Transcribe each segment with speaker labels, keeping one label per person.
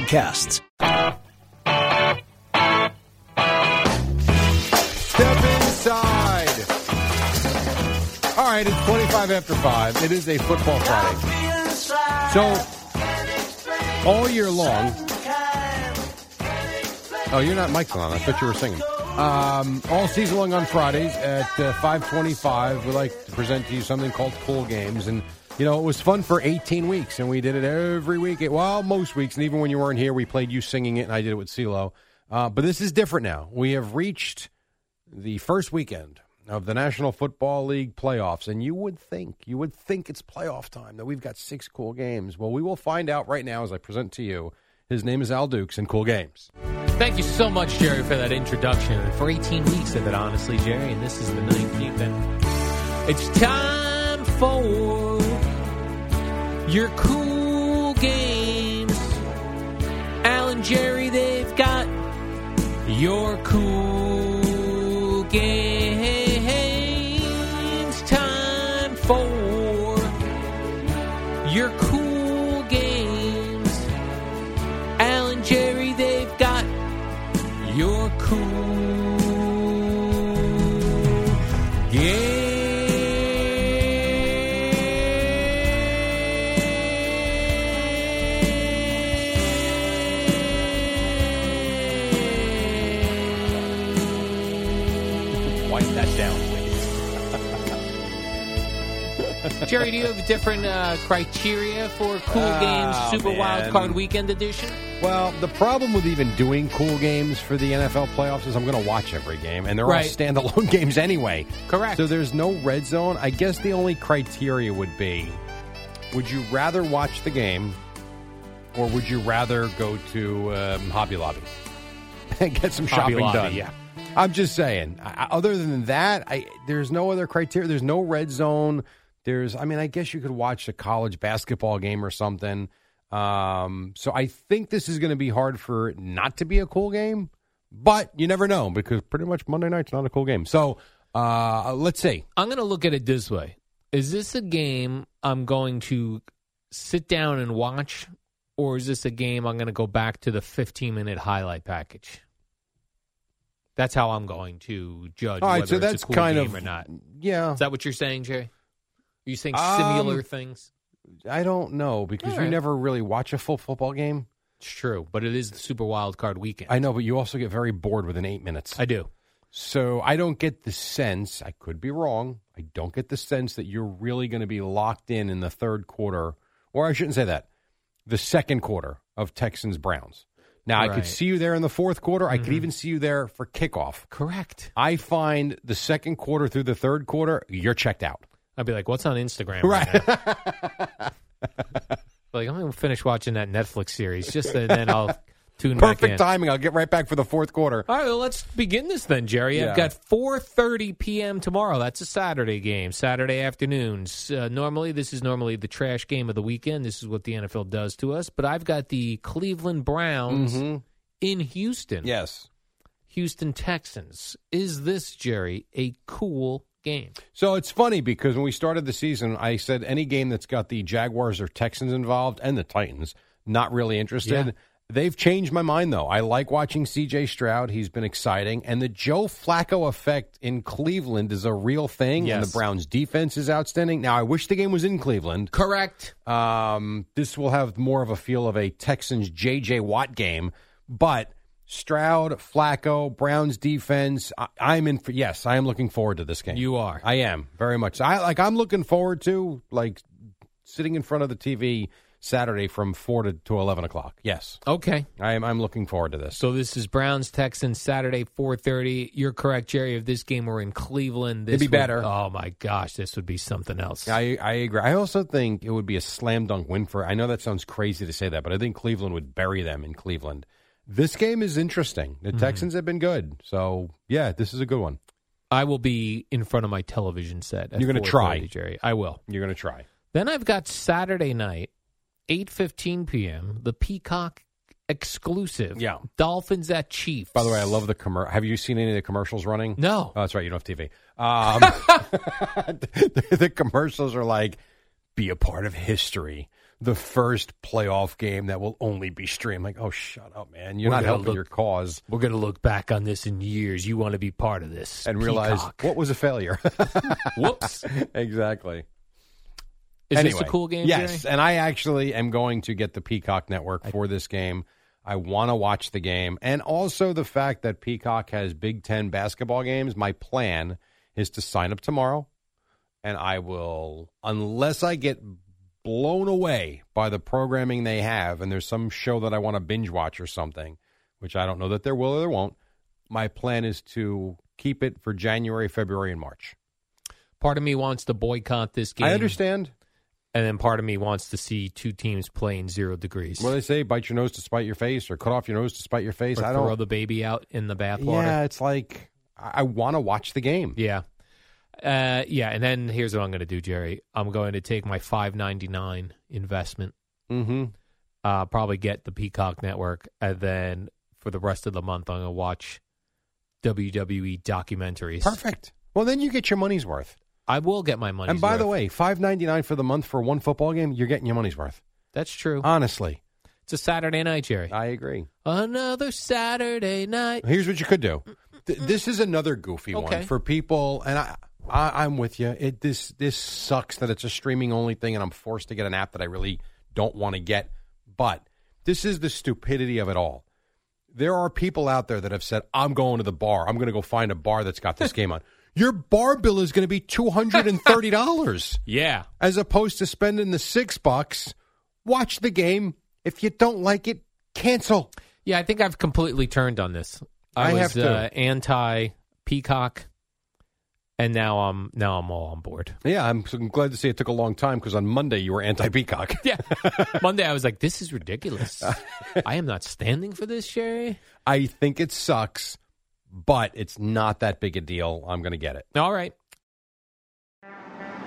Speaker 1: Step inside. All right, it's 25 after 5. It is a football Friday. So, all year long. Oh, you're not mic on. I thought you were singing. Um, all season long on Fridays at uh, 525, we like to present to you something called Pool Games. And, you know, it was fun for 18 weeks, and we did it every week. Well, most weeks. And even when you weren't here, we played you singing it, and I did it with CeeLo. Uh, but this is different now. We have reached the first weekend of the National Football League playoffs, and you would think, you would think it's playoff time that we've got six cool games. Well, we will find out right now as I present to you. His name is Al Dukes and Cool Games.
Speaker 2: Thank you so much, Jerry, for that introduction. And for 18 weeks of it, honestly, Jerry, and this is the 19th. And it's time for your cool games. Al and Jerry, they've got your cool games. Time for your cool games. Al and Jerry, they've got your cool game. Wipe that down, please. Jerry, do you have different uh, criteria for cool games Super Wild Card Weekend Edition?
Speaker 1: Well, the problem with even doing cool games for the NFL playoffs is I'm going to watch every game, and they're
Speaker 2: Right.
Speaker 1: all standalone games anyway.
Speaker 2: Correct.
Speaker 1: So there's no red zone. I guess the only criteria would be would you rather watch the game or would you rather go to um, Hobby Lobby and get some
Speaker 2: Hobby
Speaker 1: shopping
Speaker 2: Lobby,
Speaker 1: done?
Speaker 2: yeah.
Speaker 1: I'm just saying. I, I- other than that, I, there's no other criteria. There's no red zone. There's, I mean, I guess you could watch a college basketball game or something. Um, so I think this is going to be hard for it not to be a cool game, but you never know because pretty much Monday night's not a cool game. So uh, let's see.
Speaker 2: I'm going to look at it this way. Is this a game I'm going to sit down and watch, or is this a game I'm going to go back to the 15 minute highlight package? That's how I'm going to judge
Speaker 1: All right,
Speaker 2: whether
Speaker 1: so
Speaker 2: it's
Speaker 1: that's
Speaker 2: a cool
Speaker 1: kind
Speaker 2: game
Speaker 1: of-
Speaker 2: or not. Is
Speaker 1: Yeah,
Speaker 2: that what you're saying, Jerry? Are you saying
Speaker 1: Um,
Speaker 2: similar things?
Speaker 1: I don't know because
Speaker 2: All right.
Speaker 1: you never really watch a full football game.
Speaker 2: It's true, but it is the Super Wild Card Weekend.
Speaker 1: I know, but you also get very bored within eight minutes.
Speaker 2: I do.
Speaker 1: So I don't get the sense, I could be wrong, I don't get the sense that you're really going to be locked in in the third quarter, or I shouldn't say that, the second quarter of Texans Browns. Now, I
Speaker 2: Right. Mm-hmm.
Speaker 1: could see you there in the fourth quarter. I could even see you there for kickoff.
Speaker 2: Correct.
Speaker 1: I find the second quarter through the third quarter, you're checked out.
Speaker 2: I'd be like, what's on Instagram? Right. now? like, I'm going to finish watching that Netflix series just and then I'll tune back in.
Speaker 1: Perfect timing. I'll get right back for the fourth quarter.
Speaker 2: All right, well, let's begin this then, Jerry. I've
Speaker 1: Yeah.
Speaker 2: got 4:30 p.m. tomorrow. That's a Saturday game, Saturday afternoons. Uh, normally, this is normally the trash game of the weekend. This is what the NFL does to us. But I've got the Cleveland Browns
Speaker 1: Mm-hmm.
Speaker 2: in Houston.
Speaker 1: Yes.
Speaker 2: Houston Texans. Is this Jerry a cool game?
Speaker 1: So it's funny because when we started the season, I said any game that's got the Jaguars or Texans involved and the Titans, not really interested.
Speaker 2: Yeah.
Speaker 1: They've changed my mind, though. I like watching CJ Stroud. He's been exciting. And the Joe Flacco effect in Cleveland is a real thing. And
Speaker 2: Yes.
Speaker 1: the Browns' defense is outstanding. Now, I wish the game was in Cleveland.
Speaker 2: Correct.
Speaker 1: Um, this will have more of a feel of a Texans J.J. Watt game, but Stroud, Flacco, Browns defense. I, I'm in. For, yes, I am looking forward to this game.
Speaker 2: You are.
Speaker 1: I am very much. I like. I'm looking forward to like sitting in front of the TV, Saturday from four to, to eleven o'clock. Yes,
Speaker 2: Okay.
Speaker 1: I am. I'm looking forward to this.
Speaker 2: So this is Browns Texans Saturday 4:30. You're correct, Jerry. If this game were in Cleveland, this
Speaker 1: It'd be
Speaker 2: would-
Speaker 1: better.
Speaker 2: Oh my gosh, this would be something else.
Speaker 1: I, I agree. I also think it would be a slam dunk win for. I know that sounds crazy to say that, but I think Cleveland would bury them in Cleveland. This game is interesting. The Texans have been good, so yeah, this is a good one.
Speaker 2: I will be in front of my television set. at
Speaker 1: You're gonna try.
Speaker 2: 4:30, Jerry. I will.
Speaker 1: You're going to try.
Speaker 2: Then I've got Saturday night, 8:15 p.m. The Peacock exclusive.
Speaker 1: Yeah.
Speaker 2: Dolphins at Chiefs.
Speaker 1: By the way, I love the commercial. Have you seen any of the commercials running?
Speaker 2: No.
Speaker 1: Oh, that's right. You don't have TV. Um, the, the commercials are like, be a part of history. The first playoff game that will only be streamed. Like, oh, shut up, man. You're
Speaker 2: We're
Speaker 1: not
Speaker 2: gonna
Speaker 1: helping
Speaker 2: look-
Speaker 1: your cause.
Speaker 2: We're going to look back on this in years. You want to be part of this
Speaker 1: And realize
Speaker 2: Peacock.
Speaker 1: what was a failure.
Speaker 2: Whoops.
Speaker 1: exactly.
Speaker 2: Is this
Speaker 1: Anyway,
Speaker 2: a cool game?
Speaker 1: Yes,
Speaker 2: Jerry?
Speaker 1: and I actually am going to get the Peacock Network for this game. I want to watch the game, and also the fact that Peacock has Big Ten basketball games. My plan is to sign up tomorrow, and I will, unless I get blown away by the programming they have, and there's some show that I want to binge watch or something, which I don't know that there will or there won't. My plan is to keep it for January, February, and March.
Speaker 2: Part of me wants to boycott this game.
Speaker 1: I understand.
Speaker 2: And then part of me wants to see two teams playing zero degrees.
Speaker 1: What do they say? Bite your nose to spite your face, or cut off your nose to spite your face.
Speaker 2: or
Speaker 1: I
Speaker 2: throw
Speaker 1: don't.
Speaker 2: the baby out in the bathwater.
Speaker 1: yeah, it's like I, I want to watch the game.
Speaker 2: Yeah. Uh, yeah, and then here's what I'm going to do, Jerry. I'm going to take my 5.99 investment,
Speaker 1: Mm-hmm.
Speaker 2: uh, probably get the Peacock Network, and then for the rest of the month, I'm going to watch WWE documentaries.
Speaker 1: Perfect. Well, then you get your money's worth.
Speaker 2: I will get my money.
Speaker 1: and by the way, five ninety nine for the month for one football game, you're getting your money's worth.
Speaker 2: that's true.
Speaker 1: Honestly,
Speaker 2: it's a Saturday night, Jerry.
Speaker 1: I agree.
Speaker 2: Another Saturday night.
Speaker 1: Here's what you could do. Th- this is another goofy
Speaker 2: Okay.
Speaker 1: one for people, and I, I, I'm with you. It this this sucks that it's a streaming only thing, and I'm forced to get an app that I really don't want to get. But this is the stupidity of it all. There are people out there that have said, "I'm going to the bar. I'm going to go find a bar that's got this game on." Your bar bill is going to be two hundred and thirty dollars
Speaker 2: Yeah.
Speaker 1: as opposed to spending the six bucks. Watch the game. If you don't like it, cancel.
Speaker 2: Yeah, I think I've completely turned on this. I,
Speaker 1: I
Speaker 2: was
Speaker 1: have to.
Speaker 2: Uh, anti Peacock, and now I'm now I'm all on board.
Speaker 1: Yeah, I'm, so glad to see it took a long time because on Monday you were anti peacock.
Speaker 2: Yeah, Monday I was like, "This is ridiculous. I am not standing for this, Sherry."
Speaker 1: I think it sucks, but it's not that big a deal. I'm going to get it.
Speaker 2: All right,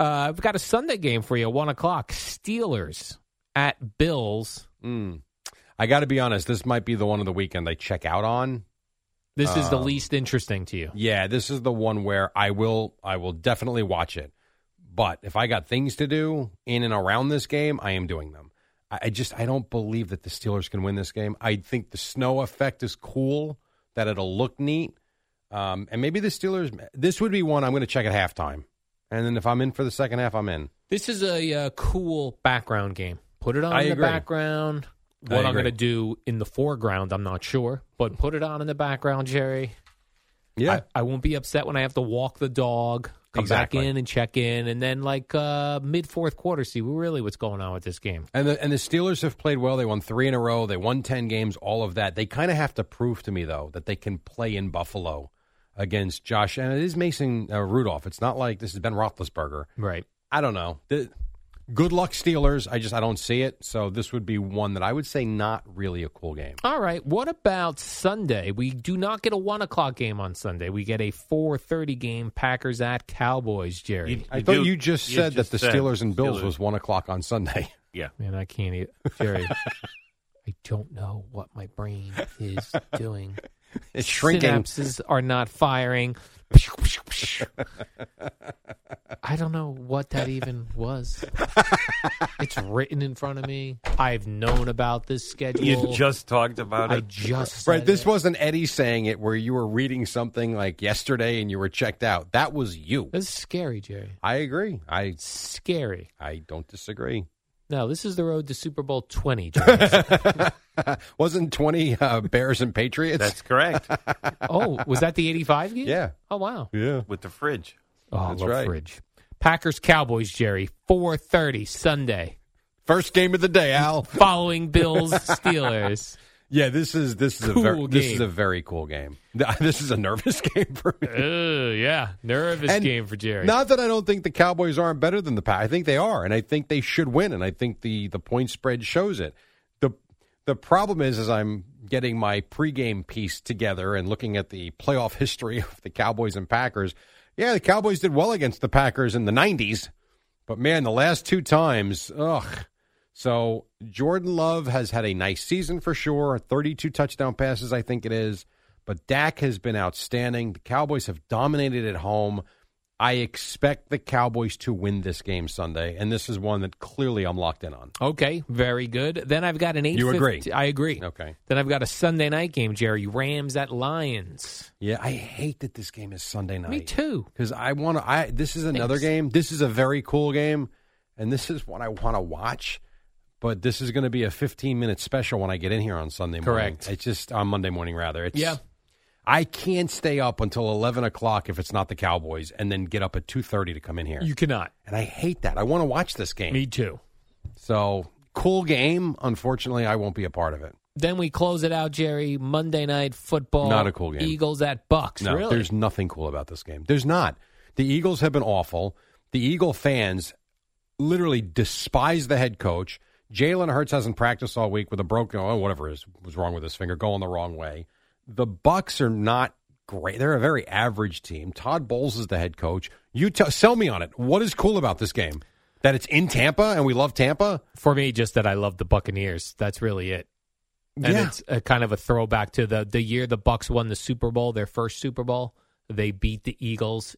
Speaker 2: uh, I've got a Sunday game for you, one o'clock. Steelers at Bills.
Speaker 1: Mm. I got to be honest. This might be the one of the weekend I check out on.
Speaker 2: This is the
Speaker 1: Um,
Speaker 2: least interesting to you.
Speaker 1: Yeah, this is the one where I will. I will definitely watch it. But if I got things to do in and around this game, I am doing them. I, I just I don't believe that the Steelers can win this game. I think the snow effect is cool. That it'll look neat. Um, and maybe the Steelers. This would be one I'm going to check at halftime. And then if I'm in for the second half, I'm in.
Speaker 2: This is a uh, cool background game. Put it on
Speaker 1: I
Speaker 2: in the
Speaker 1: agree.
Speaker 2: background.
Speaker 1: I
Speaker 2: What I'm
Speaker 1: agree.
Speaker 2: going to do in the foreground, I'm not sure, but put it on in the background, Jerry.
Speaker 1: Yeah.
Speaker 2: I, I won't be upset when I have to walk the dog, come back
Speaker 1: Exactly.
Speaker 2: in and check in, and then like uh, mid fourth quarter, see really what's going on with this game.
Speaker 1: And the and the Steelers have played well. They won three in a row. They won ten games. All of that. They kind of have to prove to me though that they can play in Buffalo against Josh. And it is Mason uh, Rudolph. It's not like this is Ben Roethlisberger.
Speaker 2: Right.
Speaker 1: I don't know. The- good luck Steelers. I just I don't see it. So this would be one that I would say not really a cool game.
Speaker 2: All right. What about Sunday? We do not get a one o'clock game on Sunday. We get a four thirty game. Packers at Cowboys, Jerry.
Speaker 1: I thought you just said
Speaker 3: just
Speaker 1: that the
Speaker 3: said
Speaker 1: Steelers and Bills
Speaker 3: Steelers.
Speaker 1: was one o'clock on Sunday.
Speaker 2: Man, I can't eat, Jerry. I don't know what my brain is doing.
Speaker 1: It's shrinking.
Speaker 2: Synapses are not firing. I don't know what that even was. it's written in front of me. I've known about this schedule.
Speaker 3: You just talked about
Speaker 2: I
Speaker 3: it.
Speaker 2: just
Speaker 1: Right,
Speaker 2: said
Speaker 1: this
Speaker 2: it.
Speaker 1: wasn't Eddie saying it where you were reading something like yesterday and you were checked out. That was you.
Speaker 2: This is scary, Jerry.
Speaker 1: I agree. I
Speaker 2: Scary.
Speaker 1: I don't disagree.
Speaker 2: No, this is the road to Super Bowl twenty. Jerry.
Speaker 1: Wasn't 20 uh, Bears and Patriots?
Speaker 3: That's correct.
Speaker 2: oh, was that the eighty-five game?
Speaker 1: Yeah.
Speaker 2: Oh wow.
Speaker 1: yeah.
Speaker 3: With the fridge.
Speaker 2: Oh,
Speaker 1: That's
Speaker 2: love
Speaker 1: right.
Speaker 2: fridge. Packers Cowboys, Jerry, four thirty Sunday.
Speaker 1: First game of the day, Al.
Speaker 2: Following Bills Steelers.
Speaker 1: Yeah, this is this is
Speaker 2: Cool
Speaker 1: a very, this
Speaker 2: game.
Speaker 1: is a very cool game. This is a nervous game for me.
Speaker 2: Ugh, yeah, nervous
Speaker 1: And
Speaker 2: game for Jerry.
Speaker 1: Not that I don't think the Cowboys aren't better than the Pack. I think they are, and I think they should win, and I think the the point spread shows it. the The problem is, as I'm getting my pregame piece together and looking at the playoff history of the Cowboys and Packers, yeah, the Cowboys did well against the Packers in the '90s, but man, the last two times, ugh. So Jordan Love has had a nice season for sure, 32 touchdown passes, I think it is. But Dak has been outstanding. The Cowboys have dominated at home. I expect the Cowboys to win this game Sunday, and this is one that clearly I'm locked in on.
Speaker 2: Okay, very good. Then I've got an eight.
Speaker 1: You agree?
Speaker 2: I agree.
Speaker 1: Okay.
Speaker 2: Then I've got a Sunday night game, Jerry. Rams at Lions.
Speaker 1: Yeah, I hate that this game is Sunday night.
Speaker 2: Me too.
Speaker 1: Because I want to. I this is another
Speaker 2: Thanks.
Speaker 1: game. This is a very cool game, and this is what I want to watch. But this is going to be a 15 minute special when I get in here on Sunday morning.
Speaker 2: Correct.
Speaker 1: It's just on Monday morning rather. It's,
Speaker 2: Yeah.
Speaker 1: I can't stay up until 11 o'clock if it's not the Cowboys, and then get up at 2:30 to come in here.
Speaker 2: You cannot.
Speaker 1: and I hate that. I want to watch this game.
Speaker 2: Me too.
Speaker 1: So cool game. Unfortunately, I won't be a part of it.
Speaker 2: Then we close it out, Jerry. Monday night football.
Speaker 1: Not a cool game.
Speaker 2: Eagles at Bucks.
Speaker 1: No,
Speaker 2: really?
Speaker 1: there's nothing cool about this game. There's not. The Eagles have been awful. The Eagle fans literally despise the head coach. Jalen Hurts hasn't practiced all week with a broken oh whatever is was wrong with his finger going the wrong way. The Bucks are not great. They're a very average team. Todd Bowles is the head coach. You tell sell me on it. What is cool about this game? That it's in Tampa and we love Tampa?
Speaker 2: for me just that I love the Buccaneers. That's really it. And
Speaker 1: Yeah.
Speaker 2: it's a kind of a throwback to the the year the Bucks won the Super Bowl, their first Super Bowl. They beat the Eagles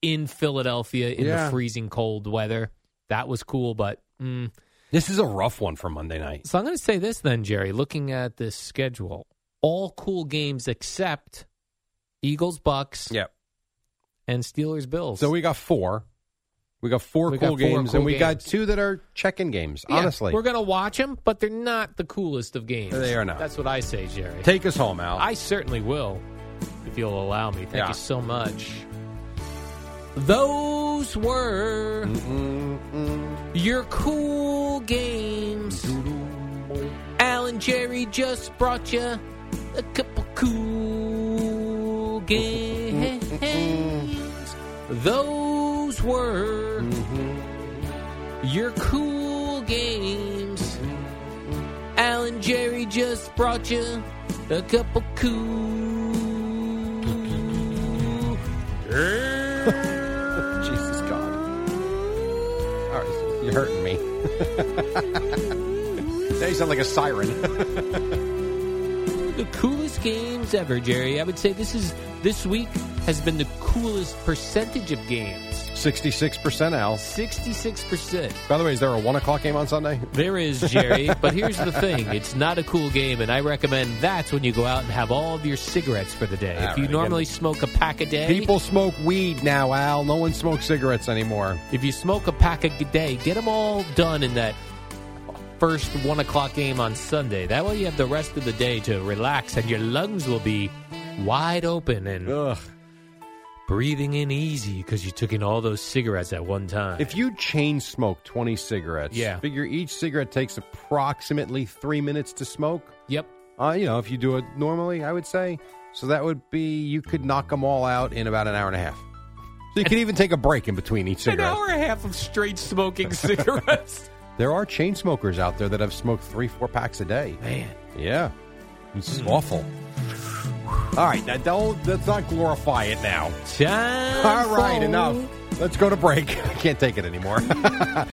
Speaker 2: in Philadelphia in
Speaker 1: Yeah.
Speaker 2: the freezing cold weather. That was cool, but mm.
Speaker 1: This is a rough one for Monday night.
Speaker 2: so I'm going to say this then, Jerry. Looking at this schedule, all cool games except Eagles, Bucks,
Speaker 1: Yep.
Speaker 2: and Steelers, Bills.
Speaker 1: So we got four. We got four
Speaker 2: We got
Speaker 1: cool
Speaker 2: four
Speaker 1: games,
Speaker 2: cool
Speaker 1: and we got
Speaker 2: games.
Speaker 1: two that are check-in games.
Speaker 2: Yeah,
Speaker 1: honestly,
Speaker 2: we're going to watch them, but they're not the coolest of games.
Speaker 1: They are not.
Speaker 2: That's what I say, Jerry.
Speaker 1: take us home, Al.
Speaker 2: I certainly will, if you'll allow me. Thank
Speaker 1: Yeah.
Speaker 2: you so much. Those were
Speaker 1: Mm,
Speaker 2: your cool games. Al and Jerry just brought you a couple cool games. Those were your cool games. Al and Jerry just brought you a couple cool.
Speaker 1: Jesus God. All right, you're hurting me. now you sound like a siren.
Speaker 2: the coolest games ever, Jerry. I would say this is this week has been the coolest percentage of games.
Speaker 1: Sixty-six percent, Al.
Speaker 2: Sixty-six percent.
Speaker 1: By the way, is there a one o'clock game on Sunday?
Speaker 2: There is Jerry, but here's the thing: it's not a cool game, and I recommend that's when you go out and have all of your cigarettes for the day.
Speaker 1: All
Speaker 2: if you
Speaker 1: right,
Speaker 2: normally smoke a pack a day,
Speaker 1: People smoke weed now, Al. No one smokes cigarettes anymore.
Speaker 2: if you smoke a pack a day, get them all done in that first one o'clock game on Sunday. That way, you have the rest of the day to relax, and your lungs will be wide open and
Speaker 1: Ugh.
Speaker 2: breathing in easy because you took in all those cigarettes at one time.
Speaker 1: If you chain smoke twenty cigarettes,
Speaker 2: Yeah.
Speaker 1: figure each cigarette takes approximately three minutes to smoke.
Speaker 2: yep,
Speaker 1: Uh, you know, if you do it normally, I would say. So that would be, you could knock them all out in about an hour and a half. So you could even take a break in between each
Speaker 2: an
Speaker 1: cigarette.
Speaker 2: hour and a half of straight smoking cigarettes.
Speaker 1: There are chain smokers out there that have smoked three, four packs a day.
Speaker 2: Man,
Speaker 1: Yeah. This is awful. All right, now don't, let's not glorify it now.
Speaker 2: time.
Speaker 1: All
Speaker 2: for-
Speaker 1: right, enough. Let's go to break. I can't take it anymore.